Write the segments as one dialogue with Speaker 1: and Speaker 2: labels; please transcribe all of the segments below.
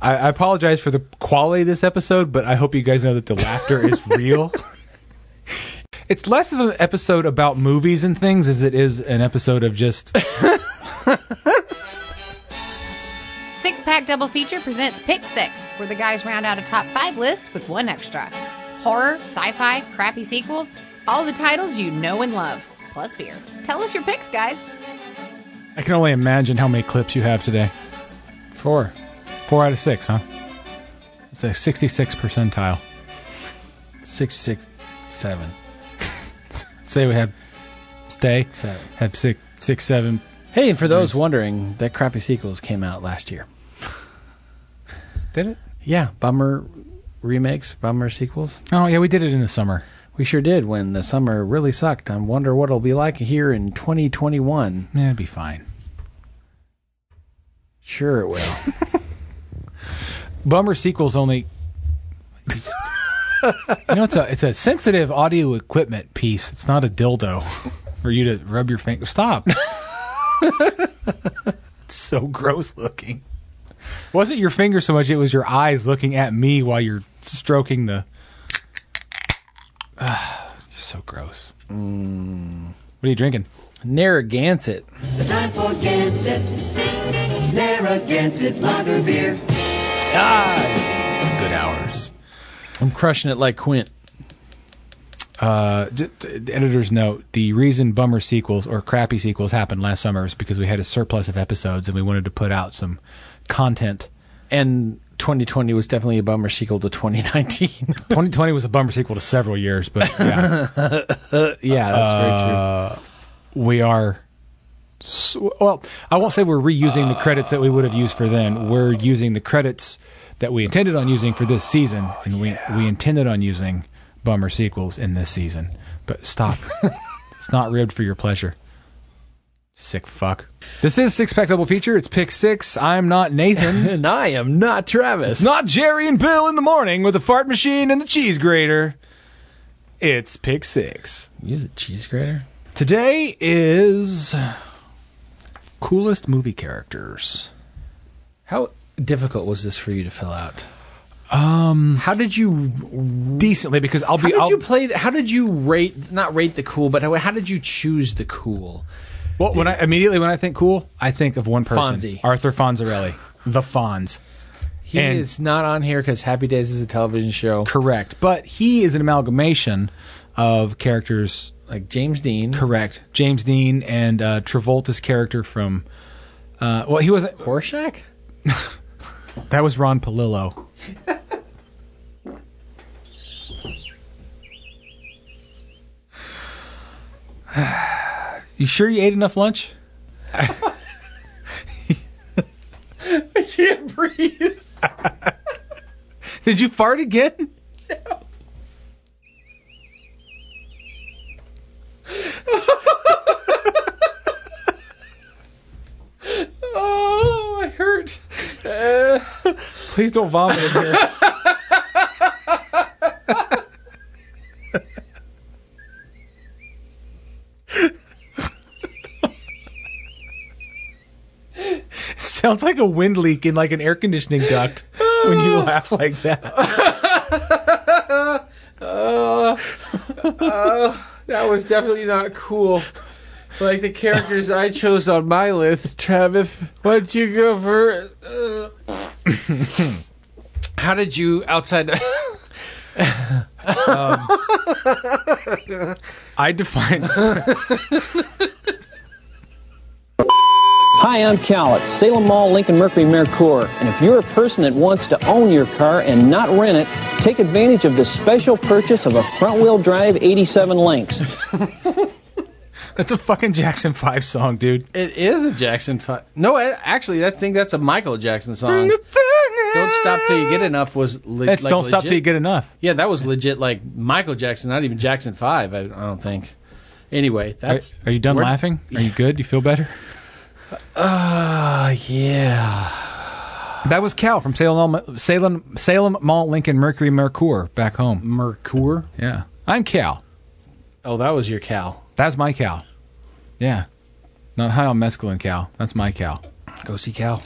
Speaker 1: I, I apologize for the quality of this episode, but I hope you guys know that the laughter is real. It's less of an episode about movies and things as it is an episode of just
Speaker 2: Six Pack Double Feature presents Pick Six, where the guys round out a top five list with one extra. Horror, sci fi, crappy sequels, all the titles you know and love, plus beer. Tell us your picks, guys.
Speaker 1: I can only imagine how many clips you have today. Four. Four out of six, huh? It's a 66 percentile.
Speaker 3: Six, six, seven,
Speaker 1: Say we have stay,
Speaker 3: seven.
Speaker 1: have six, six, seven.
Speaker 3: Hey, for those wondering, that crappy sequels came out last year.
Speaker 1: Did it?
Speaker 3: Yeah, bummer remakes, bummer sequels.
Speaker 1: Oh, yeah, we did it in the summer.
Speaker 3: We sure did when the summer really sucked. I wonder what it'll be like here in 2021.
Speaker 1: Yeah, it'd be fine.
Speaker 3: Sure, it will.
Speaker 1: Bummer sequels only. you know, it's a it's a sensitive audio equipment piece. It's not a dildo for you to rub your finger. Stop. it's so gross looking. Wasn't your finger so much; it was your eyes looking at me while you're stroking the. Ah, you're so gross. What are you drinking?
Speaker 3: Narragansett.
Speaker 4: The time for Gansett, Narragansett Lager Beer.
Speaker 1: Good hours.
Speaker 3: I'm crushing it like Quint.
Speaker 1: Uh, d- d- editor's note: the reason bummer sequels or crappy sequels happened last summer is because we had a surplus of episodes and we wanted to put out some content.
Speaker 3: And 2020 was definitely a bummer sequel to 2019.
Speaker 1: 2020 was a bummer sequel to several years, but yeah,
Speaker 3: yeah, that's very true.
Speaker 1: we are. s well, I won't say we're reusing the credits that we would have used for then. We're using the credits that we intended on using for this season, and we we intended on using bummer sequels in this season. But stop, it's not ribbed for your pleasure. Sick fuck. This is six pack double feature. It's pick six. I'm not Nathan.
Speaker 3: And I am not Travis.
Speaker 1: It's not Jerry and Bill in the morning with the fart machine and the cheese grater. It's pick six.
Speaker 3: Use a cheese grater.
Speaker 1: Today is coolest movie characters.
Speaker 3: How difficult was this for you to fill out? Um, how did you
Speaker 1: Decently, because I'll
Speaker 3: how
Speaker 1: be.
Speaker 3: did
Speaker 1: I'll,
Speaker 3: you play? th- How did you rate? Not rate the cool, but how, how did you choose the cool?
Speaker 1: well, when I immediately when I think cool, I think of one person,
Speaker 3: Fonzie.
Speaker 1: Arthur Fonzarelli, the Fonz.
Speaker 3: He
Speaker 1: And-
Speaker 3: is not on here because Happy Days is a television show.
Speaker 1: Correct, but he is an amalgamation of characters.
Speaker 3: Like James Dean,
Speaker 1: Correct, James Dean and uh, Travolta's character from. Uh, well, he was not
Speaker 3: Horshack.
Speaker 1: that was Ron Palillo. you sure you ate enough lunch?
Speaker 3: I can't breathe.
Speaker 1: Did you fart again? No. oh, I hurt. Please don't vomit in here. Sounds like a wind leak in like an air conditioning duct when you laugh like that.
Speaker 3: That was definitely not cool. Like the characters I chose on my list, Travis. What'd you go for? Uh, how did you outside?
Speaker 1: I define
Speaker 5: Hi, I'm Cal at Salem Mall Lincoln Mercury Mercure, and if you're a person that wants to own your car and not rent it, take advantage of the special purchase of a front-wheel drive 87 Lynx.
Speaker 1: that's a fucking Jackson Five song, dude.
Speaker 3: It is a Jackson five. No, I, actually, I think that's a Michael Jackson song. Don't stop till you get enough was le-
Speaker 1: It's
Speaker 3: like
Speaker 1: don't stop
Speaker 3: legit.
Speaker 1: till you get enough.
Speaker 3: Yeah, that was legit. Like Michael Jackson, not even Jackson Five. I, I don't think. Anyway,
Speaker 1: Are,
Speaker 3: that's.
Speaker 1: are you done
Speaker 3: we're-
Speaker 1: laughing? Are you good? You feel better?
Speaker 3: Uh, yeah.
Speaker 1: That was Cal from Salem, Salem, Salem Mall, Lincoln, Mercury, Mercure, back home.
Speaker 3: Mercure.
Speaker 1: Yeah, I'm Cal.
Speaker 3: Oh, that was your cow.
Speaker 1: That's my Cal. Yeah, not high on mescaline, Cal. That's my Cal.
Speaker 3: Go see cow.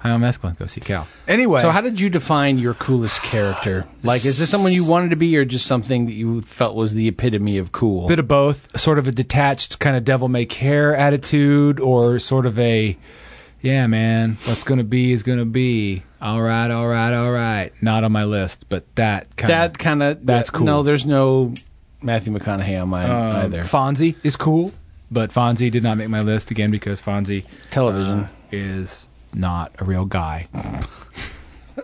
Speaker 1: Hi, I'm Esklund. Go see Cal.
Speaker 6: Anyway,
Speaker 3: So, how did you define your coolest character? Like, is this someone you wanted to be, or just something that you felt was the epitome of cool?
Speaker 1: bit of both, sort of a detached kind of devil may care attitude, or sort of a, yeah, man, what's gonna be is gonna be. All right, all right, all right. Not on my list, but that kind
Speaker 3: that kind of
Speaker 1: That's cool.
Speaker 3: No, there's no Matthew McConaughey on mine
Speaker 1: Um,
Speaker 3: either.
Speaker 1: Fonzie is cool, but Fonzie did not make my list again because Fonzie
Speaker 3: Television.
Speaker 1: uh, is not a real guy.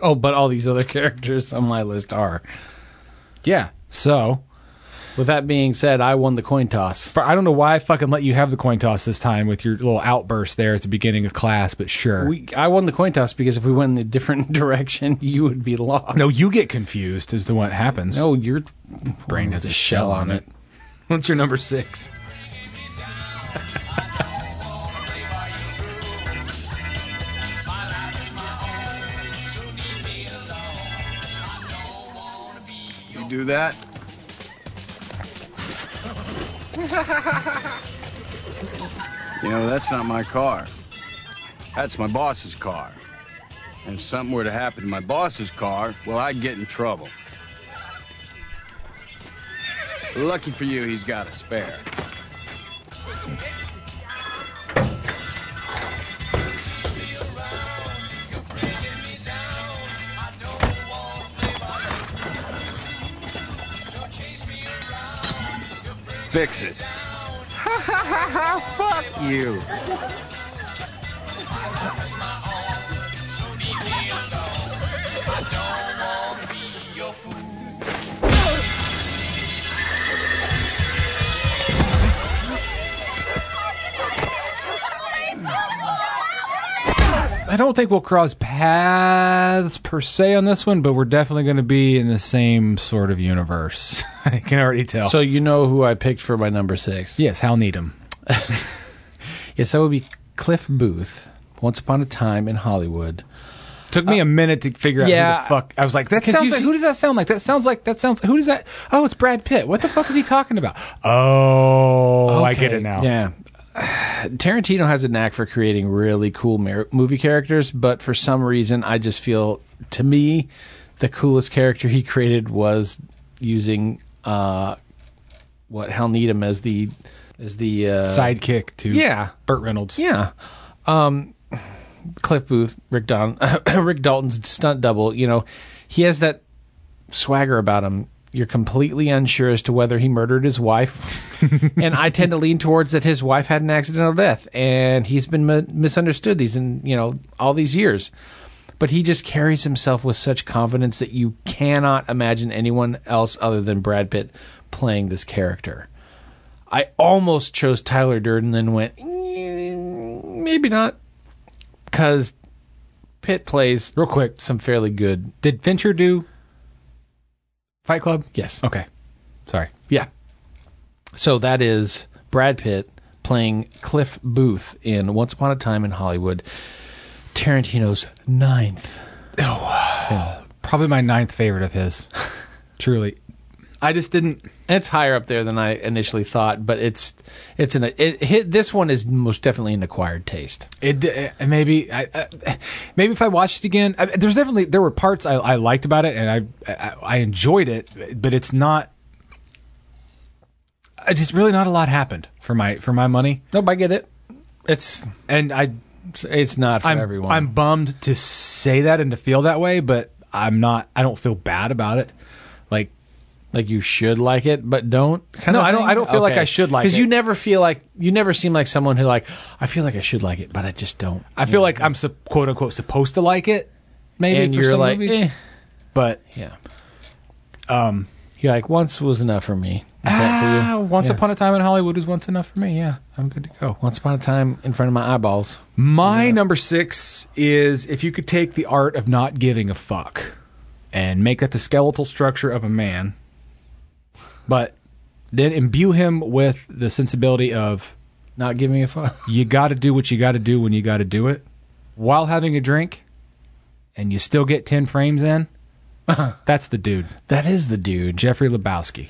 Speaker 3: oh, but all these other characters on my list are.
Speaker 1: Yeah. So
Speaker 3: With that being said, I won the coin toss.
Speaker 1: for, I don't know why I fucking let you have the coin toss this time with your little outburst there at the beginning of class, but sure.
Speaker 3: We, I won the coin toss because if we went in a different direction, you would be lost.
Speaker 1: no, you get confused as to what happens.
Speaker 3: no your
Speaker 1: brain has a shell on it. What's your number six?
Speaker 6: you do that? you know, that's not my car. That's my boss's car. And if something were to happen to my boss's car, well, I'd get in trouble. Lucky for you, he's got a spare. Fix it. Fuck you.
Speaker 1: I don't think we'll cross paths per se on this one, but we're definitely going to be in the same sort of universe. I can already tell.
Speaker 3: So you know who I picked for my number six?
Speaker 1: yes, Hal Needham.
Speaker 3: Yes, that would be Cliff Booth. Once upon a time in Hollywood.
Speaker 1: Took me a minute to figure out
Speaker 3: yeah.
Speaker 1: who the fuck. I was like, that
Speaker 3: 'Cause
Speaker 1: Uh, sounds
Speaker 3: you
Speaker 1: like.
Speaker 3: see-
Speaker 1: Who does that sound like? That sounds like. That sounds. Who does that? Oh, it's Brad Pitt. What the fuck is he talking about? Oh, I get
Speaker 3: Okay,
Speaker 1: it now.
Speaker 3: Yeah. Tarantino has a knack for creating really cool mer- movie characters, but for some reason, I just feel to me the coolest character he created was using uh, what Hal Needham as the as the uh,
Speaker 1: Sidekick to
Speaker 3: Yeah.
Speaker 1: Burt Reynolds.
Speaker 3: Yeah. Um, Cliff Booth, Rick Don, Rick Dalton's stunt double. You know, he has that swagger about him. You're completely unsure as to whether he murdered his wife, and I tend to lean towards that his wife had an accidental death, and he's been mi- misunderstood these in you know all these years. But he just carries himself with such confidence that you cannot imagine anyone else other than Brad Pitt playing this character. I almost chose Tyler Durden, then went "Eh, maybe not because Pitt plays
Speaker 1: Real quick,
Speaker 3: some fairly good.
Speaker 1: did Venture do Fight Club?
Speaker 3: Yes.
Speaker 1: Okay. Sorry.
Speaker 3: Oh, Yeah. So that is Brad Pitt playing Cliff Booth in Once Upon a Time in Hollywood, Tarantino's ninth.
Speaker 1: Probably my ninth favorite of his. Truly. I just didn't.
Speaker 3: And It's higher up there than I initially thought, but it's it's an it, hit, this one is most definitely an acquired taste.
Speaker 1: It uh, maybe I, I, maybe if I watched it again, I, there's definitely there were parts I, I liked about it and I, I I enjoyed it, but it's not. I just really not a lot happened for my for my money,
Speaker 3: Nope, I get it. It's
Speaker 1: and I
Speaker 3: it's not for
Speaker 1: I'm
Speaker 3: everyone.
Speaker 1: I'm bummed to say that and to feel that way, but I'm not. I don't feel bad about it. Like
Speaker 3: like you should like it, but don't. Kind
Speaker 1: No, I don't- I don't feel like I should like
Speaker 3: because you
Speaker 1: it.
Speaker 3: never feel like you never seem like someone who like I feel like I should like it, but I just don't.
Speaker 1: I feel like I'm sup- quote unquote supposed to like it, maybe
Speaker 3: and
Speaker 1: for
Speaker 3: you're
Speaker 1: some
Speaker 3: like,
Speaker 1: movies,
Speaker 3: eh.
Speaker 1: but
Speaker 3: yeah. Um, you're like once was enough for me. Is that for
Speaker 1: ah,
Speaker 3: you?
Speaker 1: once
Speaker 3: Yeah.
Speaker 1: upon a time in Hollywood was once enough for me. Yeah, I'm good to go.
Speaker 3: once upon a time in front of my eyeballs.
Speaker 1: My number six is if you could take the art of not giving a fuck and make that the skeletal structure of a man, but then imbue him with the sensibility of
Speaker 3: Not giving a fuck.
Speaker 1: you got to do what you got to do when you got to do it while having a drink and you still get 10 frames in, that's the dude.
Speaker 3: That is the dude.
Speaker 1: Jeffrey Lebowski.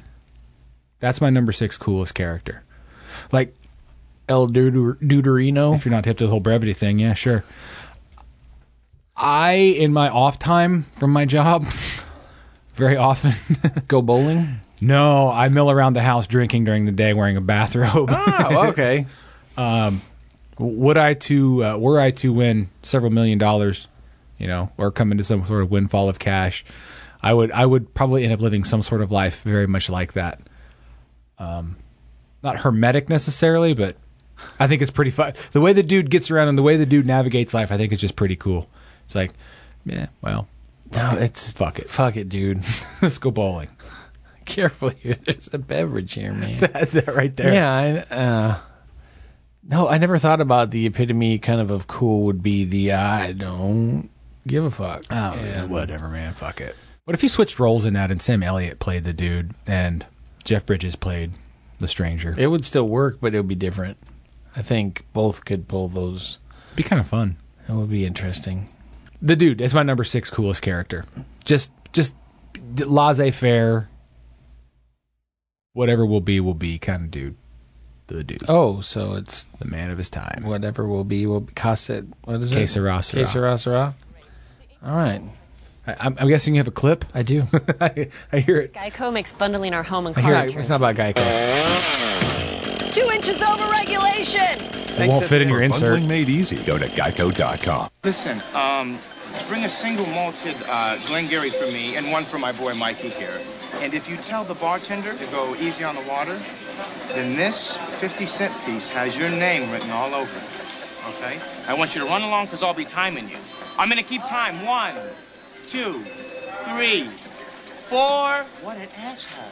Speaker 1: That's my number six coolest character. Like,
Speaker 3: El Deuter- Deuterino.
Speaker 1: if you're not hip to the whole brevity thing, yeah, sure. I, in my off time from my job, very often,
Speaker 3: Go bowling?
Speaker 1: no, I mill around the house drinking during the day wearing a bathrobe.
Speaker 3: Oh, okay.
Speaker 1: Would I to uh, were I to win several million dollars, you know, or come into some sort of windfall of cash, I would I would probably end up living some sort of life very much like that. Um, not hermetic necessarily, but I think it's pretty fun. The way the dude gets around and the way the dude navigates life, I think is just pretty cool. It's like, yeah, well,
Speaker 3: no, it's
Speaker 1: Fuck it.
Speaker 3: Fuck it, dude.
Speaker 1: let's go bowling.
Speaker 3: Careful here. There's a beverage here, man.
Speaker 1: that right there.
Speaker 3: yeah. I, uh, no, I never thought about the epitome kind of of cool would be the I don't give a fuck.
Speaker 1: Oh, yeah, whatever, man. Fuck it. What if you switched roles in that and Sam Elliott played the dude and Jeff Bridges played the stranger? It'd
Speaker 3: It would still work, but it would be different. I think both could pull those.
Speaker 1: be kind of fun.
Speaker 3: That would be interesting.
Speaker 1: The dude is my number six coolest character. Just, just laissez faire. Whatever will be, will be kind of dude. The dude,
Speaker 3: Oh, so it's
Speaker 1: the man of his time.
Speaker 3: whatever will be will be. Cosset. What is it?
Speaker 1: Que sera, sera.
Speaker 3: Que sera, sera. All right,
Speaker 1: I, I'm, I'm guessing you have a clip.
Speaker 3: I do.
Speaker 1: I, I hear it.
Speaker 7: Geico makes bundling our home and
Speaker 3: It's
Speaker 7: car
Speaker 3: not,
Speaker 7: insurance.
Speaker 3: it's not about Geico.
Speaker 7: Two inches over regulation.
Speaker 1: It won't fit in your insert.
Speaker 8: Made easy. Go to geico.com.
Speaker 9: Listen, um, bring a single malted uh, Glengarry for me and one for my boy Mikey here. And if you tell the bartender to go easy on the water, then this 50 cent piece has your name written all over it. Okay? I want you to run along because I'll be timing you. I'm going to keep time. One, two, three, four. What an asshole.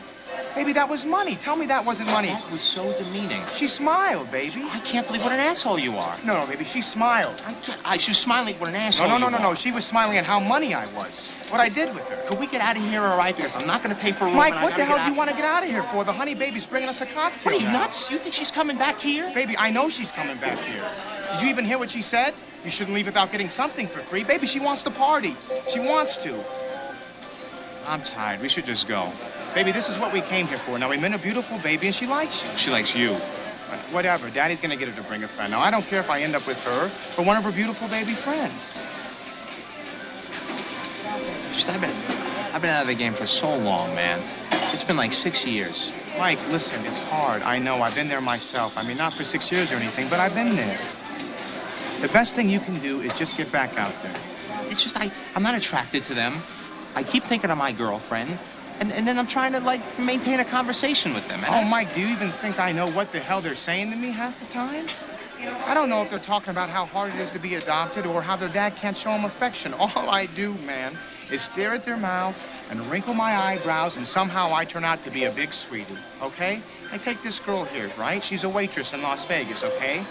Speaker 9: Baby, that was money. Tell me that wasn't money. That was so demeaning. She smiled, baby. I can't believe what an asshole you are. No, baby, she smiled. I can't. I, she was smiling. What an asshole. No, no, no, no, no. She was smiling at how money I was. What I did with her. Could we get out of here, all right? Because I'm not going to pay for a room. Mike, what the hell do you want to get out of here for? The honey baby's bringing us a cocktail. What are you nuts? You think she's coming back here? Baby, I know she's coming back here. Did you even hear what she said? You shouldn't leave without getting something for free. Baby, she wants to party. She wants to. I'm tired. We should just go. Baby, this is what we came here for. Now, we met a beautiful baby, and she likes you. She likes you. Whatever. Daddy's gonna get her to bring a friend. Now, I don't care if I end up with her or one of her beautiful baby friends. Just, I've been, I've been out of the game for so long, man. It's been like six years. Mike, listen, it's hard. I know. I've been there myself. I mean, not for six years or anything, but I've been there. The best thing you can do is just get back out there. It's just I, I'm not attracted to them. I keep thinking of my girlfriend, and, and then I'm trying to like maintain a conversation with them. oh, Mike, do you even think I know what the hell they're saying to me half the time? I don't know if they're talking about how hard it is to be adopted or how their dad can't show them affection. All I do, man, is stare at their mouth and wrinkle my eyebrows, and somehow I turn out to be a big sweetie, okay? I take this girl here, right? She's a waitress in Las Vegas, okay?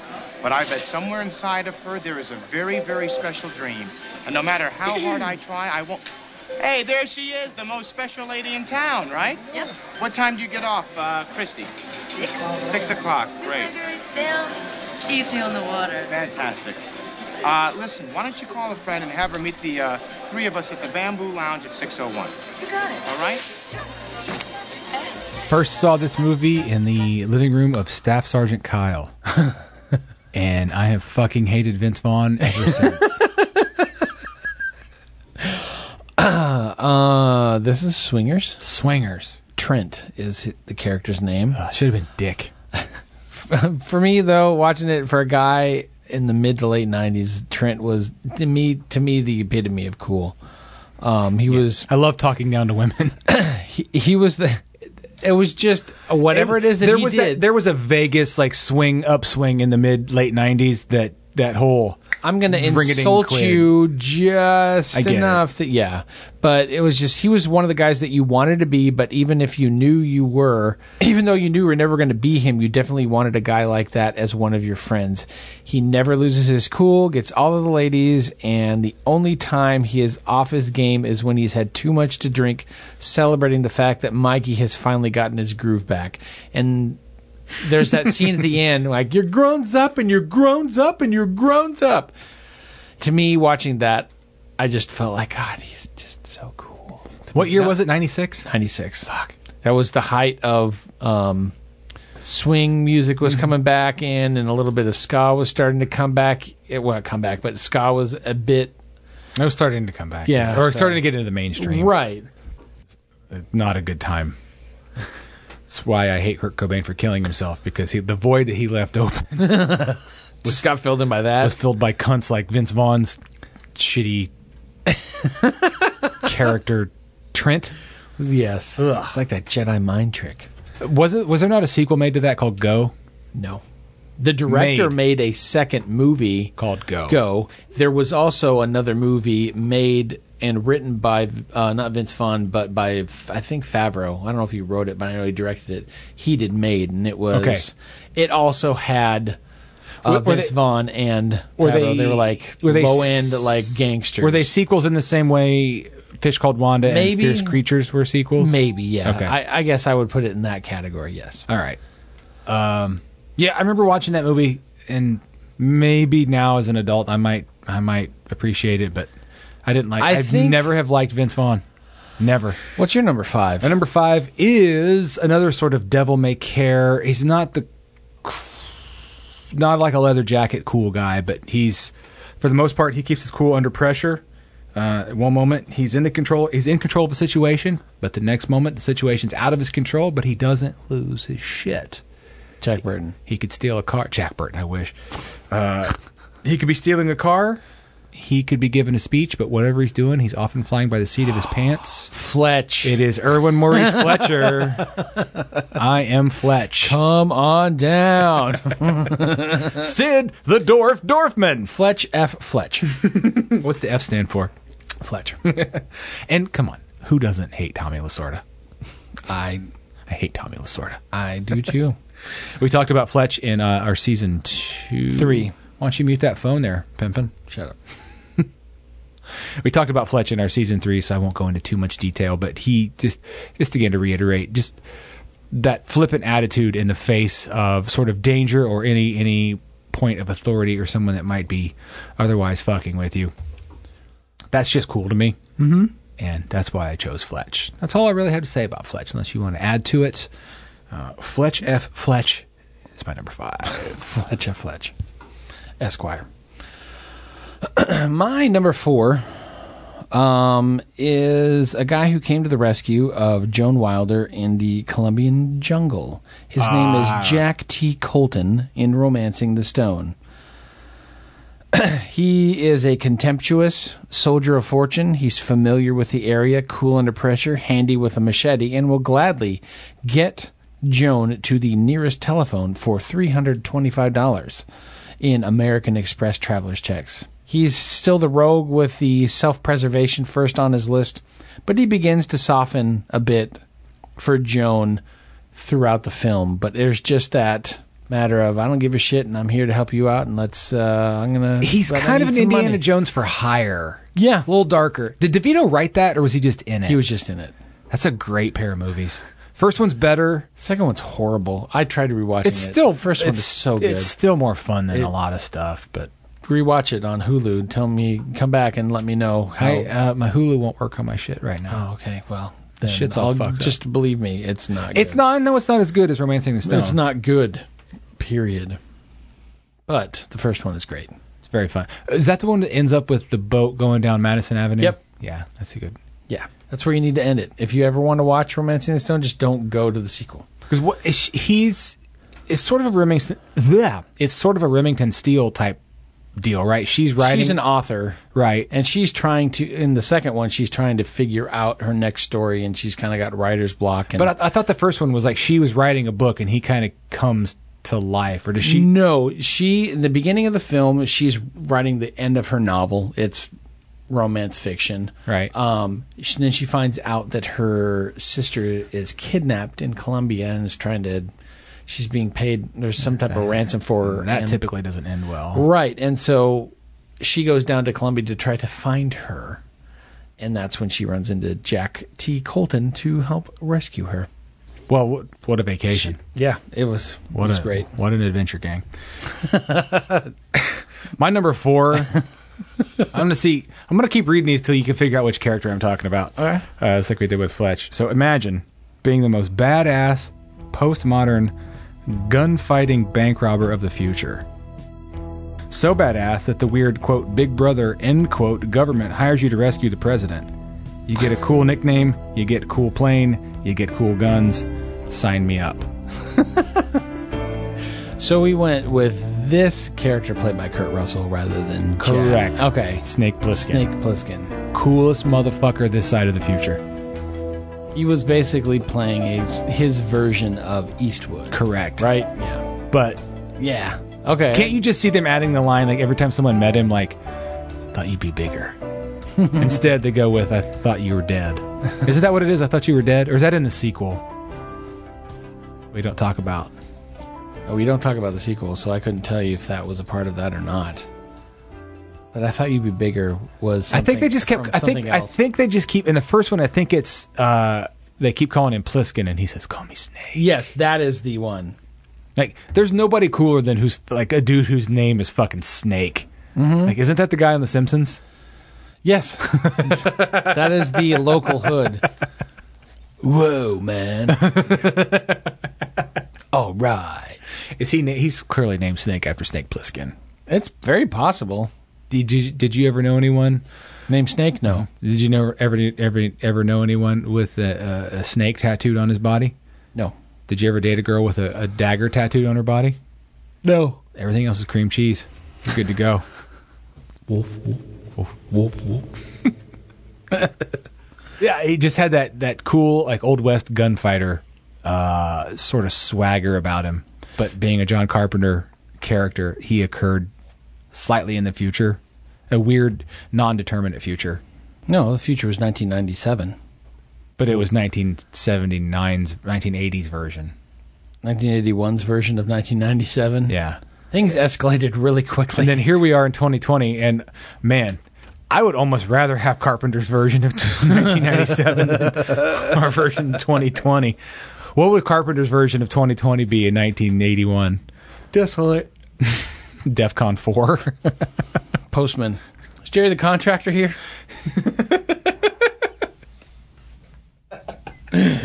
Speaker 9: But I bet somewhere inside of her there is a very, very special dream. And no matter how hard I try, I won't. Hey, there she is, the most special lady in town, right?
Speaker 7: Yep.
Speaker 9: What time do you get off, uh, Christy?
Speaker 7: Six.
Speaker 9: Six o'clock, great.
Speaker 7: down. Easy on the water.
Speaker 9: Fantastic. Uh, listen, why don't you call a friend and have her meet the uh, three of us at the Bamboo Lounge at 601?
Speaker 7: You got it.
Speaker 9: All right?
Speaker 1: First saw this movie in the living room of Staff Sergeant Kyle. and I have fucking hated Vince Vaughn ever since.
Speaker 3: Uh, this is Swingers.
Speaker 1: Swingers.
Speaker 3: Trent is the character's name.
Speaker 1: Uh, should have been Dick.
Speaker 3: for me though, watching it for a guy in the mid to late nineties, Trent was to me to me the epitome of cool. Um, he was
Speaker 1: I love talking down to women.
Speaker 3: he, he was the it was just whatever it is that
Speaker 1: there
Speaker 3: he
Speaker 1: was
Speaker 3: did.
Speaker 1: That, there was a Vegas like swing upswing in the mid late '90s that that whole
Speaker 3: I'm going to
Speaker 1: Bring it in
Speaker 3: insult
Speaker 1: quid.
Speaker 3: you just
Speaker 1: I get
Speaker 3: enough that yeah. But it was just he was one of the guys that you wanted to be, but even if you knew you were, even though you knew you were never going to be him, you definitely wanted a guy like that as one of your friends. He never loses his cool, gets all of the ladies, and the only time he is off his game is when he's had too much to drink, celebrating the fact that Mikey has finally gotten his groove back. And there's that scene at the end like you're grown up and you're grown up and you're grown up to me watching that i just felt like god he's just so cool
Speaker 1: what year was it? '96.
Speaker 3: 96 fuck that was the height of um, swing music was coming back in and a little bit of ska was starting to come back it won't come back but ska was a bit
Speaker 1: It was starting to come back.
Speaker 3: Yeah,
Speaker 1: Or
Speaker 3: so-
Speaker 1: starting to get into the mainstream.
Speaker 3: Right.
Speaker 1: Not a good time. That's why I hate Kurt Cobain for killing himself because he, the void that he left open
Speaker 3: Just got filled in by that.
Speaker 1: was filled by cunts like Vince Vaughn's shitty character Trent.
Speaker 3: yes. It's like that Jedi mind trick.
Speaker 1: Was it? Was there not a sequel made to that called Go?
Speaker 3: No. The director made, a second movie
Speaker 1: Called Go.
Speaker 3: Go. There was also another movie made and written by uh, not Vince Vaughn, but by F- I think Favreau. I don't know if he wrote it, but I know he directed it. He did Made, and it was.
Speaker 1: Okay.
Speaker 3: It also had
Speaker 1: Were-
Speaker 3: uh,
Speaker 1: were
Speaker 3: Vince
Speaker 1: they-
Speaker 3: Vaughn and Favreau. They, were like low end like gangsters.
Speaker 1: Were they sequels in the same way Fish Called Wanda and
Speaker 3: Maybe.
Speaker 1: Fierce Creatures were sequels?
Speaker 3: Maybe, yeah.
Speaker 1: Okay.
Speaker 3: I, I guess I would put it in that category. Yes.
Speaker 1: All right. Um, yeah, I remember watching that movie, and maybe now as an adult, I might I might appreciate it, but I didn't like.
Speaker 3: I
Speaker 1: I
Speaker 3: think-
Speaker 1: never have liked Vince Vaughn. Never.
Speaker 3: What's your number five?
Speaker 1: My number five is another sort of devil may care. He's not the not like a leather jacket cool guy, but he's for the most part he keeps his cool under pressure. Uh, at one moment he's in the control he's in control of a situation, but the next moment the situation's out of his control, but he doesn't lose his shit.
Speaker 3: Jack Burton.
Speaker 1: He could steal a car. Jack Burton, I wish. Uh, he could be stealing a car. He could be giving a speech, but whatever he's doing, he's often flying by the seat of his pants.
Speaker 3: Fletch.
Speaker 1: It is Erwin Maurice Fletcher. I am Fletch.
Speaker 3: Come on down.
Speaker 1: Sid the Dwarf Dorfman.
Speaker 3: Fletch F. Fletch.
Speaker 1: What's the F stand for?
Speaker 3: Fletch.
Speaker 1: And come on, who doesn't hate Tommy Lasorda?
Speaker 3: I
Speaker 1: I hate Tommy Lasorda.
Speaker 3: I do too.
Speaker 1: We talked about Fletch in uh, our season two,
Speaker 3: Three.
Speaker 1: Why don't you mute that phone there, Pimpin?
Speaker 3: Shut up.
Speaker 1: We talked about Fletch in our season three, so I won't go into too much detail. But he just, just again to reiterate, just that flippant attitude in the face of sort of danger or any any point of authority or someone that might be otherwise fucking with you. That's just cool to me. Mm-hmm. And that's why I chose Fletch. That's all I really have to say about Fletch, unless you want to add to it. Uh, Fletch F. Fletch is my number five.
Speaker 3: Fletch F. Fletch. Esquire. My number four um, is a guy who came to the rescue of Joan Wilder in the Colombian jungle. His name is Jack T. Colton in Romancing the Stone. He is a contemptuous soldier of fortune. He's familiar with the area, cool under pressure, handy with a machete, and will gladly get Joan to the nearest telephone for $325 in American Express traveler's checks. He's still the rogue with the self preservation first on his list, but he begins to soften a bit for Joan throughout the film. But there's just that matter of I don't give a shit and I'm here to help you out and let's uh I'm gonna
Speaker 1: He's
Speaker 3: but I
Speaker 1: kind
Speaker 3: need
Speaker 1: of an
Speaker 3: some
Speaker 1: Indiana
Speaker 3: money.
Speaker 1: Jones for hire.
Speaker 3: Yeah.
Speaker 1: A little darker. Did DeVito write that or was he just in it?
Speaker 3: He was just in it.
Speaker 1: That's a great pair of movies. First one's better.
Speaker 3: Second one's horrible. I tried to rewatch it.
Speaker 1: It's still
Speaker 3: the first one
Speaker 1: it's-
Speaker 3: is so good.
Speaker 1: It's still more fun than
Speaker 3: It-
Speaker 1: a lot of stuff, but
Speaker 3: Rewatch it on Hulu. Tell me, come back and let me know how.
Speaker 1: I, uh, my Hulu won't work on my shit right now.
Speaker 3: oh, okay. Well, then
Speaker 1: Shit's all
Speaker 3: I'll-
Speaker 1: fucked up.
Speaker 3: Just believe me, it's not.
Speaker 1: It's
Speaker 3: good.
Speaker 1: not. No, it's not as good as Romancing the Stone.
Speaker 3: It's not good. Period. But the first one is great.
Speaker 1: It's very fun. Is that the one that ends up with the boat going down Madison Avenue?
Speaker 3: Yep.
Speaker 1: Yeah, that's a good.
Speaker 3: Yeah, that's where you need to end it. If you ever want to watch *Romancing the Stone*, just don't go to the sequel.
Speaker 1: Because what is she- he's it's sort of a Remington. Yeah, it's sort of a Remington Steel type deal, right? She's writing
Speaker 3: She's an author,
Speaker 1: right.
Speaker 3: and she's trying to. In the second one, she's trying to figure out her next story, and she's kind of got writer's block. And
Speaker 1: But I, I thought the first one was like she was writing a book and he kind of comes to life, or does she?
Speaker 3: no, she in the beginning of the film, she's writing the end of her novel. It's romance fiction,
Speaker 1: Right.
Speaker 3: Um, she, then she finds out that her sister is kidnapped in Colombia and is trying to. She's being paid. There's some type of ransom for her.
Speaker 1: That
Speaker 3: and-
Speaker 1: typically doesn't end well.
Speaker 3: Right. And so she goes down to Columbia to try to find her. And that's when she runs into Jack T. Colton to help rescue her.
Speaker 1: Well, what, what a vacation!
Speaker 3: Yeah, it was it
Speaker 1: What
Speaker 3: was
Speaker 1: a-
Speaker 3: great.
Speaker 1: What an adventure gang. My number four. I'm gonna see. I'm gonna keep reading these till you can figure out which character I'm talking about. All
Speaker 3: right.
Speaker 1: Uh, it's like we did with Fletch. So imagine being the most badass, postmodern, gunfighting bank robber of the future. So badass that the weird, quote, big brother, end quote, government hires you to rescue the president. You get a cool nickname, you get cool plane, you get cool guns. Sign me up.
Speaker 3: So we went with this character played by Kurt Russell rather than Chad.
Speaker 1: Correct.
Speaker 3: Okay.
Speaker 1: Snake Plissken.
Speaker 3: Snake Plissken.
Speaker 1: Coolest motherfucker this side of the future.
Speaker 3: He was basically playing a, his version of Eastwood.
Speaker 1: Correct.
Speaker 3: Right? Yeah.
Speaker 1: But
Speaker 3: Yeah. Okay.
Speaker 1: can't you just see them adding the line like every time someone met him, like, thought you'd be bigger? Instead, they go with, I thought you were dead. Isn't that what it is? I thought you were dead? Or is that in the sequel? We don't talk about.
Speaker 3: we don't talk about the sequel, so I couldn't tell you if that was a part of that or not. But I thought you'd be bigger was.
Speaker 1: I think they
Speaker 3: something
Speaker 1: just
Speaker 3: from
Speaker 1: kept. I think.
Speaker 3: something
Speaker 1: I
Speaker 3: else.
Speaker 1: think they just keep. In the first one, I think it's. uh They keep calling him Pliskin, and he says, "Call me Snake."
Speaker 3: Yes, that is the one.
Speaker 1: Like, there's nobody cooler than who's like a dude whose name is fucking Snake. Like, isn't that the guy on The Simpsons?
Speaker 3: Yes. that is the local hood. Whoa, man. All right.
Speaker 1: Is he? Na- he's clearly named Snake after Snake Pliskin.
Speaker 3: It's very possible.
Speaker 1: Did you, did you ever know anyone?
Speaker 3: Name Snake? No.
Speaker 1: Did you know ever ever ever know anyone with a, a, a snake tattooed on his body?
Speaker 3: No.
Speaker 1: Did you ever date a girl with a, a dagger tattooed on her body?
Speaker 3: No.
Speaker 1: Everything else is cream cheese. You're good to go. wolf, wolf, wolf, wolf, wolf. yeah, he just had that that cool like old west gunfighter uh, sort of swagger about him. But being a John Carpenter character, he occurred slightly in the future, a weird, non-determinate future.
Speaker 3: No, the future was 1997.
Speaker 1: But it was 1979's 1980s version.
Speaker 3: 1981's version of 1997.
Speaker 1: Yeah.
Speaker 3: Things escalated really quickly.
Speaker 1: And then here we are in 2020, and man, I would almost rather have Carpenter's version of 1997 than our version of 2020. What would Carpenter's version of 2020 be in 1981?
Speaker 3: Desolate.
Speaker 1: DEFCON 4.
Speaker 3: Postman. Is Jerry the contractor here?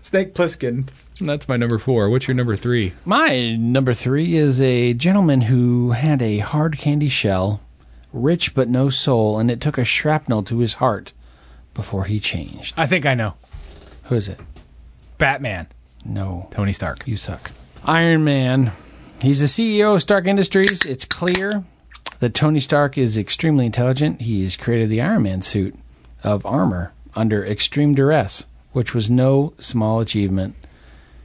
Speaker 1: Snake Plissken. That's my number four. What's your number three?
Speaker 3: My number three is a gentleman who had a hard candy shell, rich but no soul, and it took a shrapnel to his heart before he changed.
Speaker 1: I think I know.
Speaker 3: Who is it?
Speaker 1: Batman.
Speaker 3: No.
Speaker 1: Tony Stark.
Speaker 3: You suck. Iron Man. He's the CEO of Stark Industries. It's clear that Tony Stark is extremely intelligent. He has created the Iron Man suit of armor under extreme duress, which was no small achievement.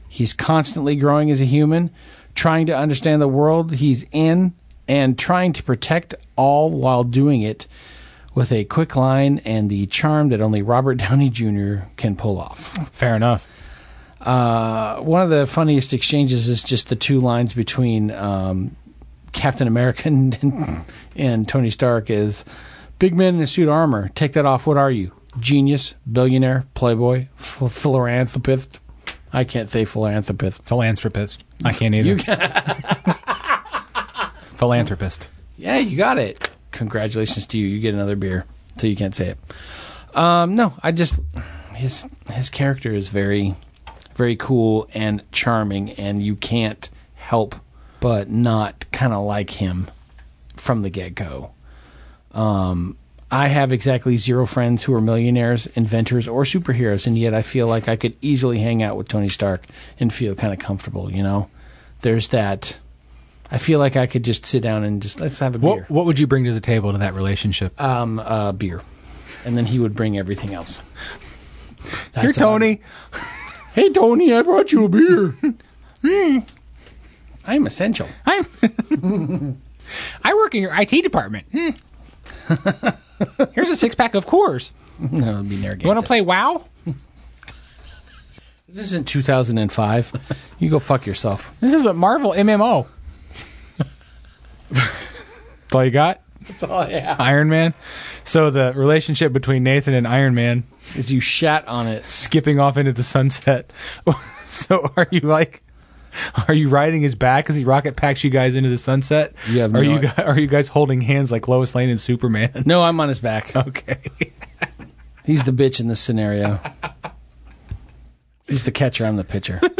Speaker 3: He's constantly growing as a human, trying to understand the world he's in and trying to protect all while doing it with a quick line and the charm that only Robert Downey Jr. can pull off
Speaker 1: Fair enough.
Speaker 3: one of the funniest exchanges is just the two lines between um, Captain America and, and Tony Stark is big man in a suit of armor. Take that off. What are you? Genius, billionaire, playboy, ph- philanthropist. I can't say philanthropist.
Speaker 1: Philanthropist. I can't either. Philanthropist.
Speaker 3: Yeah, you got it. Congratulations to you. You get another beer, so you can't say it. Um, no, I just his his character is very, very cool and charming, and you can't help but not kind of like him from the get go. Um, I have exactly zero friends who are millionaires, inventors, or superheroes, and yet I feel like I could easily hang out with Tony Stark and feel kind of comfortable. You know, there's that. I feel like I could just sit down and just let's have a beer
Speaker 1: What, what would you bring to the table to that relationship?
Speaker 3: um, uh, beer, and then he would bring everything else. That's
Speaker 1: You're
Speaker 3: how I-
Speaker 1: Tony.
Speaker 3: Hey, Tony, I brought you a beer. I'm essential.
Speaker 1: I'm. I work in your IT department. Hmm. Here's a six pack of Coors.
Speaker 3: No, it'd be Narragansett.
Speaker 1: You want to play WoW?
Speaker 3: This isn't 2005. you go fuck yourself.
Speaker 1: This is a Marvel MMO. That's all you got,
Speaker 3: Oh yeah.
Speaker 1: Iron Man. So the relationship between Nathan and Iron Man
Speaker 3: As you shat on it.
Speaker 1: skipping off into the sunset. so are you like? Are you riding his back as he rocket packs you guys into the sunset?
Speaker 3: You have
Speaker 1: are
Speaker 3: no
Speaker 1: you guys, are you guys holding hands like Lois Lane and Superman?
Speaker 3: No, I'm on his back.
Speaker 1: Okay.
Speaker 3: He's the bitch in this scenario. He's the catcher. I'm the pitcher.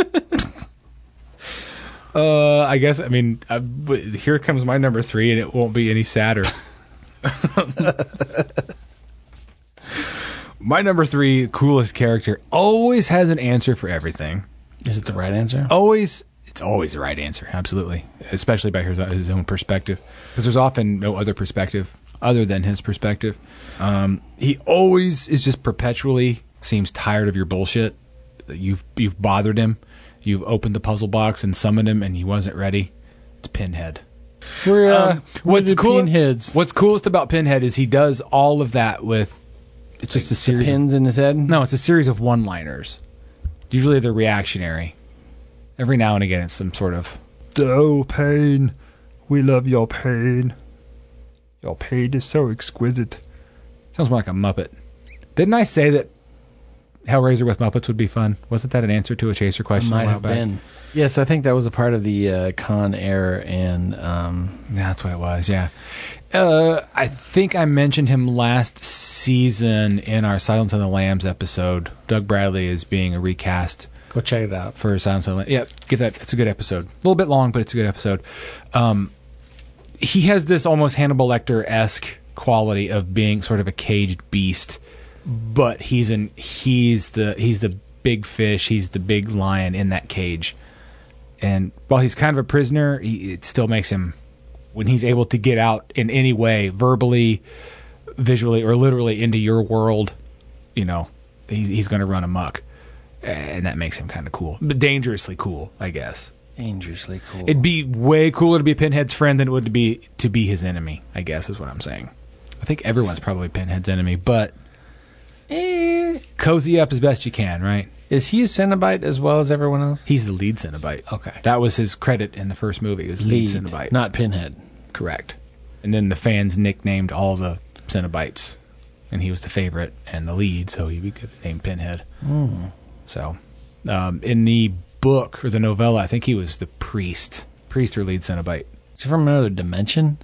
Speaker 1: Uh, I guess I mean uh, but here comes my number three, and it won't be any sadder. my number three coolest character always has an answer for everything.
Speaker 3: Is it the right answer?
Speaker 1: Always, it's always the right answer. Absolutely, especially by his, his own perspective, because there's often no other perspective other than his perspective. Um, he always is just perpetually seems tired of your bullshit. You've you've bothered him. You've opened the puzzle box and summoned him, and he wasn't ready. It's Pinhead.
Speaker 3: We're, uh,
Speaker 1: Um,
Speaker 3: we're the
Speaker 1: cool-
Speaker 3: pinheads.
Speaker 1: What's coolest about Pinhead is he does all of that with. It's just a
Speaker 3: The
Speaker 1: series. of-
Speaker 3: pins in his head.
Speaker 1: no, it's a series of one-liners. Usually they're reactionary. Every now and again, it's some sort of
Speaker 10: Oh, pain. We love your pain. Your pain is so exquisite.
Speaker 1: sounds more like a Muppet. Didn't I say that Hellraiser with Muppets would be fun? Wasn't that an answer to a Chaser question? a
Speaker 3: Might
Speaker 1: while
Speaker 3: have
Speaker 1: back?
Speaker 3: been. Yes, I think that was a part of the uh, Con Air and um,
Speaker 1: That's what it was. Yeah. Uh, I think I mentioned him last season in our Silence on the Lambs episode. Doug Bradley is being a recast
Speaker 3: go check it out.
Speaker 1: uh, for Silence on the Lambs. Yeah, get that. It's a good episode. A little bit long, but it's a good episode. Um, he has this almost Hannibal Lecter esque quality of being sort of a caged beast, but he's an he's the he's the big fish. He's the big lion in that cage. And while he's kind of a prisoner, he, it still makes him when he's able to get out in any way, verbally, visually, or literally into your world. You know, he's, he's going to run amok, and that makes him kind of cool, but dangerously cool, I guess.
Speaker 3: Dangerously cool.
Speaker 1: It'd be way cooler to be Pinhead's friend than it would to be to be his enemy. I guess is what I'm saying. I think everyone's probably Pinhead's enemy, but eh, cozy up as best you can, right?
Speaker 3: Is he a Cenobite as well as everyone else?
Speaker 1: He's the lead Cenobite.
Speaker 3: Okay.
Speaker 1: that was his credit in the first movie. Was lead, Cenobite,
Speaker 3: not Pinhead.
Speaker 1: correct? And then the fans nicknamed all the Cenobites, and he was the favorite and the lead, so he became named Pinhead. So, um, in the book or the novella, I think he was the priest, priest or lead Cenobite.
Speaker 3: Is he from another dimension?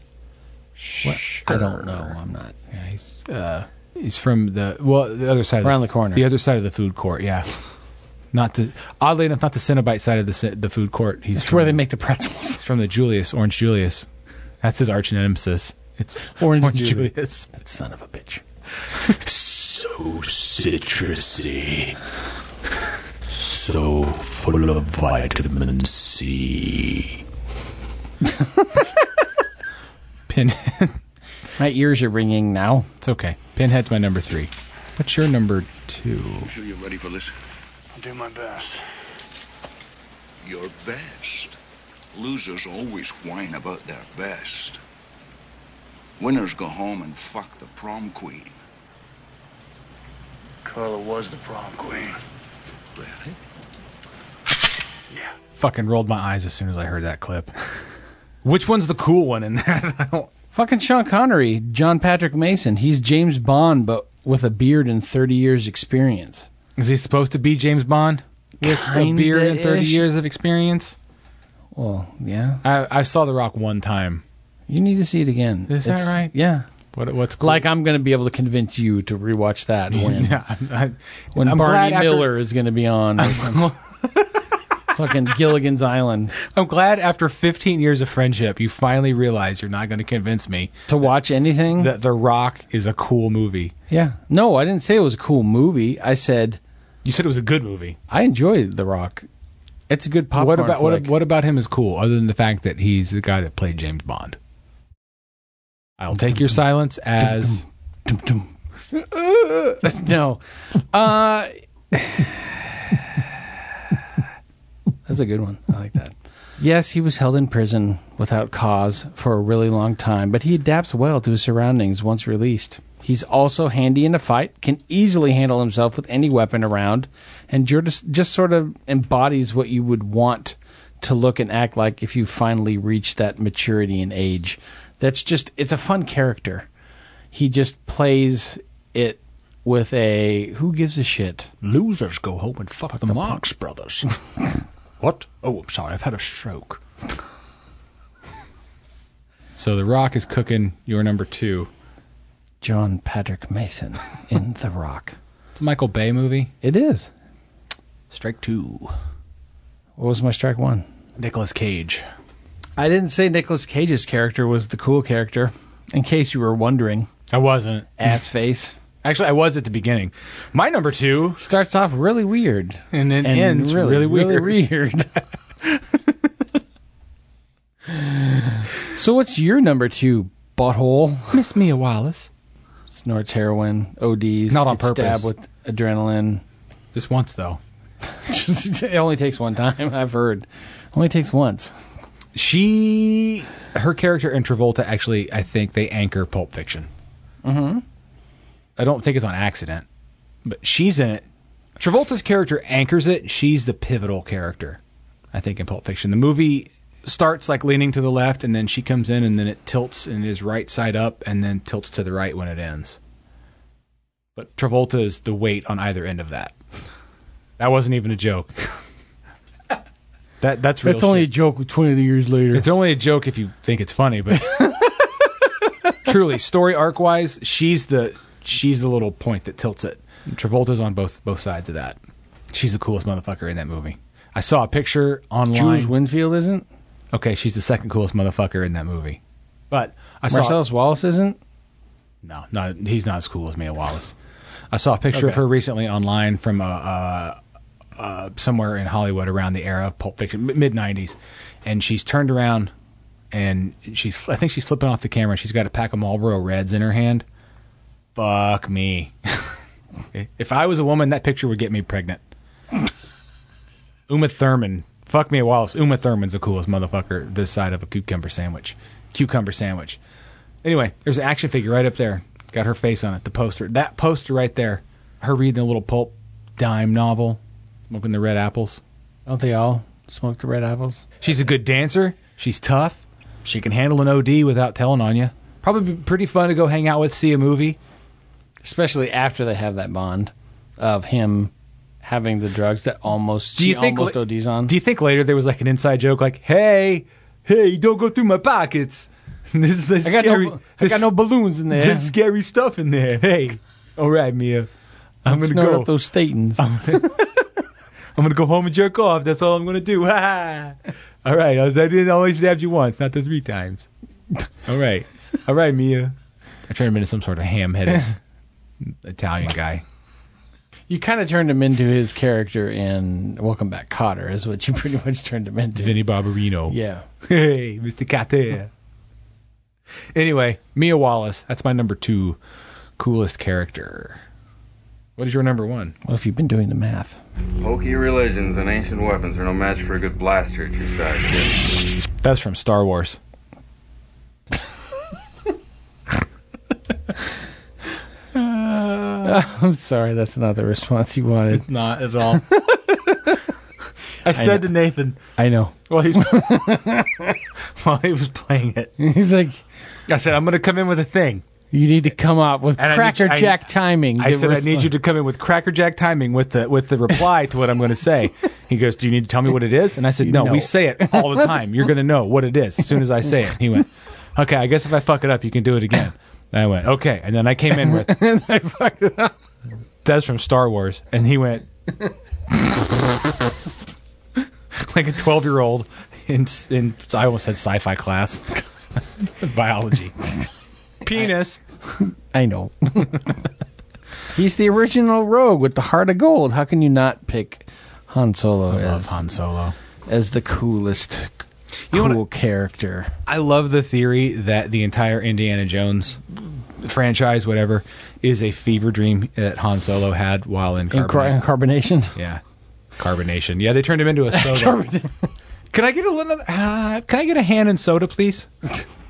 Speaker 3: What? I
Speaker 1: Sure.
Speaker 3: don't know. I'm not.
Speaker 1: Yeah, he's uh, he's from the well, the other side of
Speaker 3: Around the corner.
Speaker 1: the other side of the food court. Yeah, not the oddly enough, not the Cenobite side of the ce- the food court. He's
Speaker 3: It's
Speaker 1: from,
Speaker 3: where they make the pretzels.
Speaker 1: It's from the Julius Orange Julius. That's his arch nemesis. It's
Speaker 3: Orange
Speaker 1: Julius.
Speaker 3: Julius. That son of a bitch.
Speaker 11: So citrusy. So full of vitamin C.
Speaker 1: Pin.
Speaker 3: My ears are ringing now.
Speaker 1: it's okay. Pinhead's my number three. What's your number two?
Speaker 9: sure you're ready for this? I'll do my best. Your best? Losers always whine about their best. Winners go home and fuck the prom queen. Carla was the prom queen. Really?
Speaker 1: Fucking rolled my eyes as soon as I heard that clip. Which one's the cool one in that? I don't.
Speaker 3: Fucking Sean Connery, John Patrick Mason. He's James Bond, but with a beard and 30 years experience.
Speaker 1: Is he supposed to be James Bond with a beard and thirty
Speaker 3: Kinda-ish.
Speaker 1: years of experience?
Speaker 3: Well, yeah.
Speaker 1: I, I saw The Rock one time.
Speaker 3: You need to see it again.
Speaker 1: Is that right?
Speaker 3: Yeah.
Speaker 1: What, what's cool?
Speaker 3: Like I'm going to be able to convince you to rewatch that when
Speaker 1: Yeah, I'm- I,
Speaker 3: when
Speaker 1: I'm glad
Speaker 3: Barney
Speaker 1: after-
Speaker 3: Miller is going to be on. or something. Fucking Gilligan's Island
Speaker 1: I'm glad after 15 years of friendship, you finally realize you're not going to convince me
Speaker 3: to watch anything.
Speaker 1: that The Rock is a cool movie.
Speaker 3: yeah. No, I didn't say it was a cool movie. I said
Speaker 1: You said it was a good movie.
Speaker 3: I enjoy The Rock. It's a good popcorn.
Speaker 1: what about what,
Speaker 3: flick.
Speaker 1: what about him is cool other than the fact that he's the guy that played James Bond? I'll take your silence as
Speaker 3: no. Uh, that's a good one. I like that. Yes, he was held in prison without cause for a really long time, but he adapts well to his surroundings once released. He's also handy in a fight, can easily handle himself with any weapon around, and jur- just, just sort of embodies what you would want to look and act like if you finally reach that maturity and age. That's just, it's a fun character he just plays it with a who gives a shit.
Speaker 11: Losers go home and fuck, the, Marx Brothers. what? Oh, I'm sorry, I've had a stroke.
Speaker 1: so. The Rock is cooking your number two.
Speaker 3: John Patrick Mason in The Rock.
Speaker 1: It's a Michael Bay movie.
Speaker 3: It is.
Speaker 11: Strike two.
Speaker 3: What was my strike one? Nicolas Cage. I didn't say Nicolas Cage's character was the cool character, in case you were wondering.
Speaker 1: I wasn't.
Speaker 3: Ass face.
Speaker 1: Actually, I was at the beginning. My number two
Speaker 3: starts off really weird
Speaker 1: and then ends really, weird.
Speaker 3: Really weird. so, what's your number two, butthole?
Speaker 1: Miss Mia Wallace.
Speaker 3: Snorts heroin, ODs.
Speaker 1: Not on
Speaker 3: gets
Speaker 1: purpose.
Speaker 3: Stabbed with adrenaline.
Speaker 1: Just once, though.
Speaker 3: Just, it only takes one time, I've heard. Only takes once.
Speaker 1: She, her character and Travolta actually, I think they anchor Pulp Fiction.
Speaker 3: Mm-hmm.
Speaker 1: I don't think it's on accident, but she's in it. Travolta's character anchors it. She's the pivotal character, I think, in Pulp Fiction. The movie starts like leaning to the left, and then she comes in, and then it tilts and is right side up, and then tilts to the right when it ends. But Travolta is the weight on either end of that. That wasn't even a joke. that that's real.
Speaker 3: That's only
Speaker 1: shit.
Speaker 3: a joke 20 years later.
Speaker 1: It's only a joke if you think it's funny, but truly, story arc wise, she's the she's the little point that tilts it. Travolta's on both both sides of that. She's the coolest motherfucker in that movie. I saw a picture online.
Speaker 3: Jules Winfield isn't?
Speaker 1: Okay, she's the second coolest motherfucker in that movie. But I saw
Speaker 3: Marcellus Wallace isn't?
Speaker 1: no, not he's not as cool as Mia Wallace. I saw a picture of
Speaker 3: Okay.
Speaker 1: her recently online from uh, uh, uh, somewhere in Hollywood around the era of Pulp Fiction, mid '90s, and she's turned around and she's I think she's flipping off the camera. She's got a pack of Marlboro Reds in her hand. Fuck me. if I was a woman, that picture would get me pregnant. Uma Thurman. Fuck Mia Wallace. Uma Thurman's the coolest motherfucker this side of a cucumber sandwich. Cucumber sandwich. Anyway, there's an action figure right up there. Got her face on it. The poster. That poster right there. Her reading a little pulp dime novel, smoking the red apples.
Speaker 3: Don't they all smoke the red apples?
Speaker 1: She's a good dancer. She's tough. She can handle an OD without telling on you. Probably be pretty fun to go hang out with, see a movie.
Speaker 3: Especially after they have that bond of him having the drugs that almost
Speaker 1: Do you
Speaker 3: she
Speaker 1: think
Speaker 3: almost
Speaker 1: la-
Speaker 3: ODs on.
Speaker 1: Do you think later there was like an inside joke, like, "Hey, hey, don't go through my pockets. This is the
Speaker 3: I got no
Speaker 1: scary.
Speaker 3: bu- I got no balloons in there."
Speaker 1: There's scary stuff in there. Hey, all right, Mia, I'm
Speaker 3: Don't
Speaker 1: gonna
Speaker 3: snort
Speaker 1: go Oh.
Speaker 3: up those statins.
Speaker 1: I'm gonna go home and jerk off. That's all I'm gonna do. Ha ha. all right, I, was, I didn't only stabbed you once, not the three times. All right, all right, Mia. I turned him into some sort of ham-headed Italian guy.
Speaker 3: You kind of turned him into his character in Welcome Back, Cotter, is what you pretty much turned him into.
Speaker 1: Vinny Barbarino.
Speaker 3: Yeah.
Speaker 1: Hey, Mr. Carter. anyway, Mia Wallace. That's my number two coolest character. What is your number one?
Speaker 3: Well, if you've been doing the math.
Speaker 9: Hokey religions and ancient weapons are no match for a good blaster at your side, kid.
Speaker 1: That's from Star Wars.
Speaker 3: I'm sorry, that's not the response you wanted. It's
Speaker 1: not at all. I said to Nathan,
Speaker 3: I know.
Speaker 1: Well, he's while he was playing it.
Speaker 3: He's like,
Speaker 1: I said, I'm going to come in with a thing.
Speaker 3: You need to come up with
Speaker 1: And I need-
Speaker 3: Cracker
Speaker 1: I-
Speaker 3: Jack timing.
Speaker 1: I
Speaker 3: to
Speaker 1: said, I need
Speaker 3: respond."
Speaker 1: you to come in with crackerjack timing with the with the reply to what I'm going to say. He goes, Do you need to tell me what it is? And I said, No,
Speaker 3: No.
Speaker 1: we say it all the time. You're going to know what it is as soon as I say it. He went, Okay, I guess if I fuck it up, you can do it again. And I went, Okay. And then I came in with,
Speaker 3: I fucked it up.
Speaker 1: That's from Star Wars. And he went, like a 12 year old in, in, I almost said sci fi class, biology. Penis.
Speaker 3: I know. He's the original rogue with the heart of gold. How can you not pick Han Solo? I as, love Han
Speaker 1: Solo
Speaker 3: as the coolest, c- cool character.
Speaker 1: I love the theory that the entire Indiana Jones franchise, whatever, is a fever dream that Han Solo had while in
Speaker 3: In car- in
Speaker 1: carbonation.
Speaker 3: carbonation.
Speaker 1: yeah, carbonation. Yeah, they turned him into a soda. can I get a little? Uh, can I get a hand and soda, please?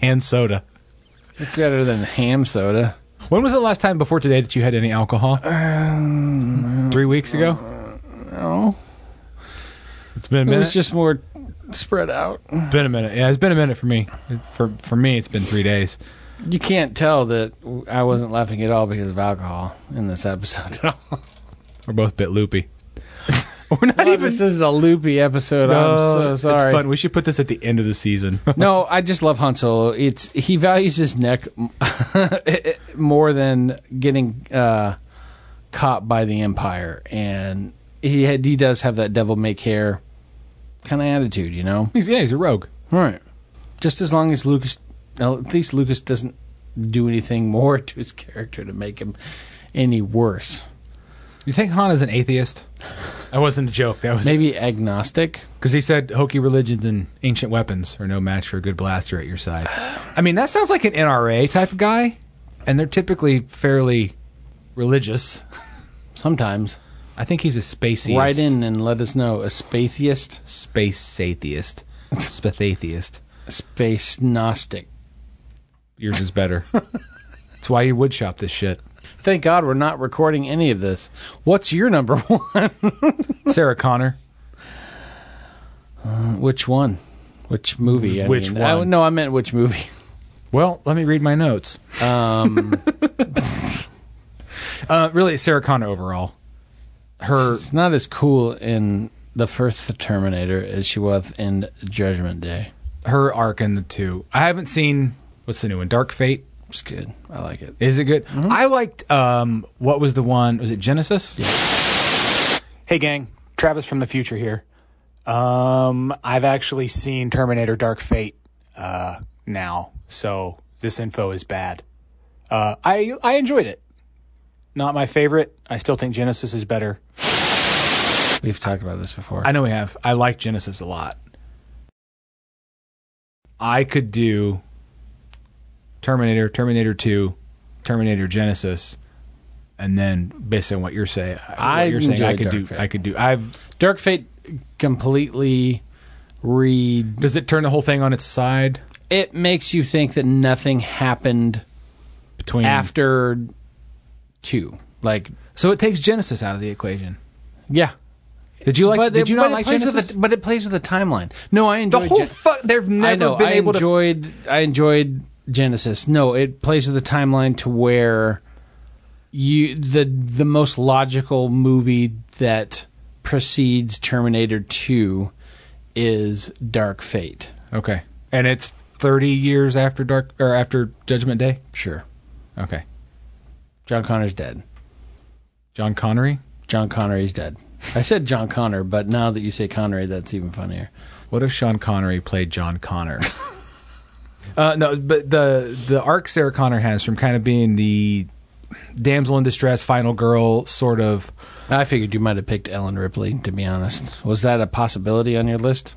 Speaker 1: hand soda.
Speaker 3: It's better than ham soda.
Speaker 1: When was the last time before today that you had any alcohol? Three weeks ago.
Speaker 3: Um, uh, No.
Speaker 1: It's been a
Speaker 3: It
Speaker 1: minute.
Speaker 3: was just more spread out.
Speaker 1: It's been a minute. Yeah, it's been a minute for me. For for me, it's been three days.
Speaker 3: You can't tell that w- I wasn't laughing at all because of alcohol in this episode at all.
Speaker 1: We're both a bit loopy.
Speaker 3: We're not even. This is a loopy episode. I'm so sorry.
Speaker 1: It's fun. We should put this at the end of the season.
Speaker 3: no, I just love Han Solo. It's he values his neck more than getting uh, caught by the Empire, and he had, he does have that devil may care kind of attitude, you know?
Speaker 1: He's, yeah, he's a rogue.
Speaker 3: Right. Just as long as Lucas, now, at least Lucas doesn't do anything more to his character to make him any worse.
Speaker 1: You think Han is an atheist? That wasn't a joke. That was
Speaker 3: maybe agnostic.
Speaker 1: Because he said hokey religions and ancient weapons are no match for a good blaster at your side. I mean, that sounds like an NRA type of guy, and they're typically fairly religious.
Speaker 3: Sometimes.
Speaker 1: I think he's a space
Speaker 3: Write in and let us know. A spatheist?
Speaker 1: Space atheist. Space atheist.
Speaker 3: Space gnostic.
Speaker 1: Yours is better. That's why you wood shop this shit.
Speaker 3: Thank God we're not recording any of this. What's your number one?
Speaker 1: Sarah Connor.
Speaker 3: Uh, which one? Which movie? I
Speaker 1: Which
Speaker 3: mean, I-
Speaker 1: one?
Speaker 3: no, I meant which movie.
Speaker 1: Well, let me read my notes.
Speaker 3: Um,
Speaker 1: uh, really, Sarah Connor overall. Her
Speaker 3: She's not as cool in the first Terminator as she was in Judgment Day.
Speaker 1: her arc in the two. I haven't seen what's the new one, Dark Fate.
Speaker 3: It's good. I like it.
Speaker 1: Is it good?
Speaker 12: Mm-hmm.
Speaker 1: I liked um what was the one? Was it Genesis?
Speaker 12: Hey, gang. Travis from the future here. Um, I've actually seen Terminator Dark Fate uh, now, so this info is bad. Uh, I, I enjoyed it. Not my favorite. I still think Genesis is better.
Speaker 3: We've talked about this before.
Speaker 1: I know we have. I like Genesis a lot. I could do Terminator, Terminator 2, Terminator Genesis, and then based on what you're saying,
Speaker 3: I
Speaker 1: what you're saying,
Speaker 3: enjoy
Speaker 1: I could
Speaker 3: Dark
Speaker 1: do.
Speaker 3: Fate.
Speaker 1: I could do. I've
Speaker 3: Dark Fate completely read.
Speaker 1: Does it turn the whole thing on its side?
Speaker 3: It makes you think that nothing happened
Speaker 1: between
Speaker 3: after two. Like
Speaker 1: so, it takes Genesis out of the equation.
Speaker 3: Yeah.
Speaker 1: Did you like?
Speaker 3: But
Speaker 1: did
Speaker 3: it-
Speaker 1: you not
Speaker 3: but it
Speaker 1: like
Speaker 3: plays with
Speaker 1: Genesis?
Speaker 3: the- but it plays with the timeline. No, I enjoyed
Speaker 1: the whole
Speaker 3: Gen-
Speaker 1: fuck. They've never
Speaker 3: I know.
Speaker 1: been
Speaker 3: I
Speaker 1: able to
Speaker 3: enjoyed. I enjoyed Genesis. No, it plays with the timeline to where you the the most logical movie that precedes Terminator Two is Dark Fate.
Speaker 1: Okay. And it's 30 years after Dark or after Judgment Day?
Speaker 3: Sure.
Speaker 1: Okay.
Speaker 3: John Connor's dead.
Speaker 1: John Connery?
Speaker 3: John Connery's dead. I said John Connor, but now that you say Connery, that's even funnier.
Speaker 1: What if Sean Connery played John Connor? uh, no, but the the arc Sarah Connor has from kind of being the damsel in distress, final girl sort of.
Speaker 3: I figured you might have picked Ellen Ripley. To be honest, was that a possibility on your list?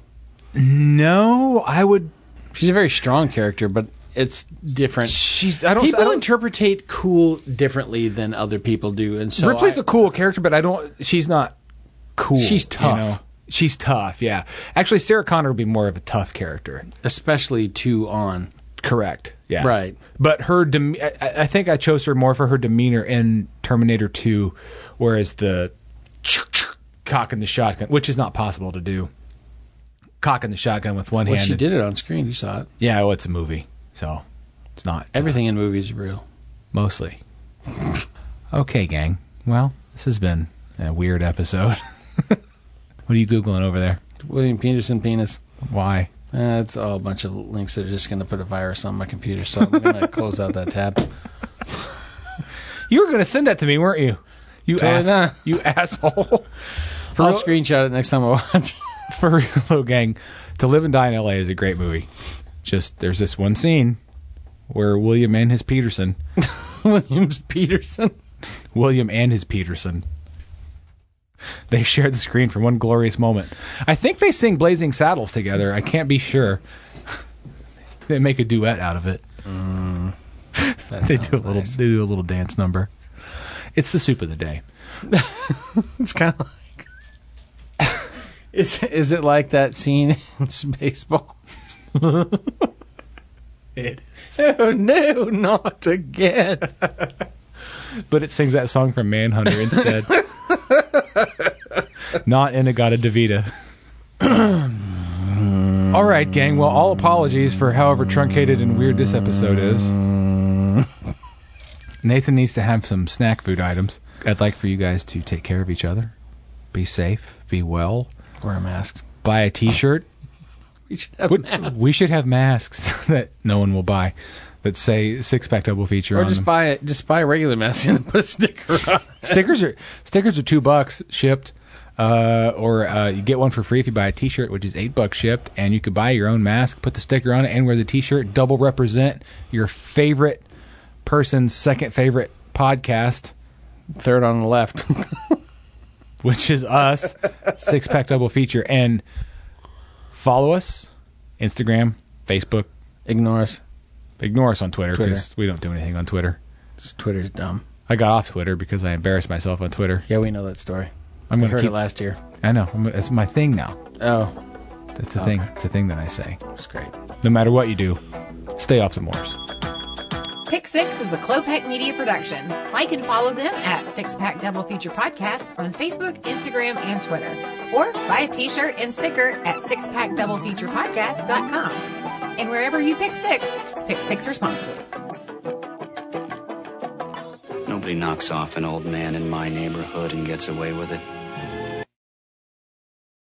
Speaker 1: No, I would.
Speaker 3: She's a very strong character, but it's different.
Speaker 1: She's I don't.
Speaker 3: people
Speaker 1: I don't
Speaker 3: interpretate cool differently than other people do, and so
Speaker 1: Ripley's
Speaker 3: I-
Speaker 1: a cool character, but I don't. She's not cool.
Speaker 3: She's
Speaker 1: you
Speaker 3: tough.
Speaker 1: know? She's tough. Yeah, actually, Sarah Connor would be more of a tough character.
Speaker 3: especially two on.
Speaker 1: Correct. Yeah.
Speaker 3: Right.
Speaker 1: But her, dem- I, I think I chose her more for her demeanor in Terminator 2, whereas the cock in the shotgun, which is not possible to do, cock in the shotgun with one
Speaker 3: Well,
Speaker 1: hand.
Speaker 3: she did it on screen. You saw it.
Speaker 1: Yeah, well, it's a movie, so it's not
Speaker 3: Everything in movies is real.
Speaker 1: mostly. okay, gang. Well, this has been a weird episode. what are you googling over there?
Speaker 3: William Peterson penis.
Speaker 1: Why?
Speaker 3: Uh, it's all a bunch of links that are just going to put a virus on my computer, so I'm going to close out that tab.
Speaker 1: You were going to send that to me, weren't you? You
Speaker 3: Totally
Speaker 1: ass-
Speaker 3: not.
Speaker 1: You asshole. For
Speaker 3: I'll
Speaker 1: real-
Speaker 3: screenshot it next time I watch.
Speaker 1: for real though, gang, To Live and Die in L.A. is a great movie. Just there's this one scene where William and his Peterson,
Speaker 3: Williams Peterson.
Speaker 1: William and his Peterson, they share the screen for one glorious moment. I think they sing Blazing Saddles together. I can't be sure. They make a duet out of it.
Speaker 3: Mm. That
Speaker 1: they
Speaker 3: sounds
Speaker 1: do a little.
Speaker 3: nice.
Speaker 1: They do a little dance number. It's the soup of the day.
Speaker 3: It's kind of like. is is it like that scene in Spaceballs?
Speaker 1: It.
Speaker 3: Oh no, not again!
Speaker 1: But it sings that song from Manhunter instead. Not Inagata Davita. all right, gang. Well, all apologies for however truncated and weird this episode is. Nathan needs to have some snack food items. I'd like for you guys to take care of each other, be safe, be well,
Speaker 3: Wear a mask.
Speaker 1: buy a t shirt.
Speaker 3: We should have
Speaker 1: Would-
Speaker 3: masks.
Speaker 1: We should have masks that no one will buy that say six pack double feature
Speaker 3: or
Speaker 1: on
Speaker 3: just
Speaker 1: them.
Speaker 3: buy it. Just buy a regular mask and put a sticker on.
Speaker 1: stickers are stickers are two bucks shipped. Uh, or uh, you get one for free if you buy a T-shirt, which is eight bucks shipped, and you could buy your own mask, put the sticker on it, and wear the T-shirt. Double represent your favorite person's second favorite podcast,
Speaker 13: third on the left,
Speaker 1: which is us. Six pack double feature, and follow us Instagram, Facebook.
Speaker 13: Ignore us.
Speaker 1: Ignore us on Twitter
Speaker 13: Twitter.
Speaker 1: because we don't do anything on Twitter.
Speaker 13: Twitter's dumb.
Speaker 1: I got off Twitter because I embarrassed myself on Twitter.
Speaker 13: Yeah, we know that story.
Speaker 1: I'm
Speaker 13: We
Speaker 1: going to
Speaker 13: heard
Speaker 1: keep
Speaker 13: it last year.
Speaker 1: I know. I'm- It's my thing now.
Speaker 13: Oh.
Speaker 1: That's a
Speaker 13: Okay.
Speaker 1: thing. It's a thing that I say.
Speaker 13: It's great.
Speaker 1: No matter what you do, stay off the moors.
Speaker 2: Pick Six is a Clopec Media production. Like and follow them at Six Pack Double Feature Podcast on Facebook, Instagram, and Twitter. Or buy a t shirt and sticker at sixpackdoublefeaturepodcast.com. And wherever you pick six, pick six responsibly.
Speaker 14: Nobody knocks off an old man in my neighborhood and gets away with it.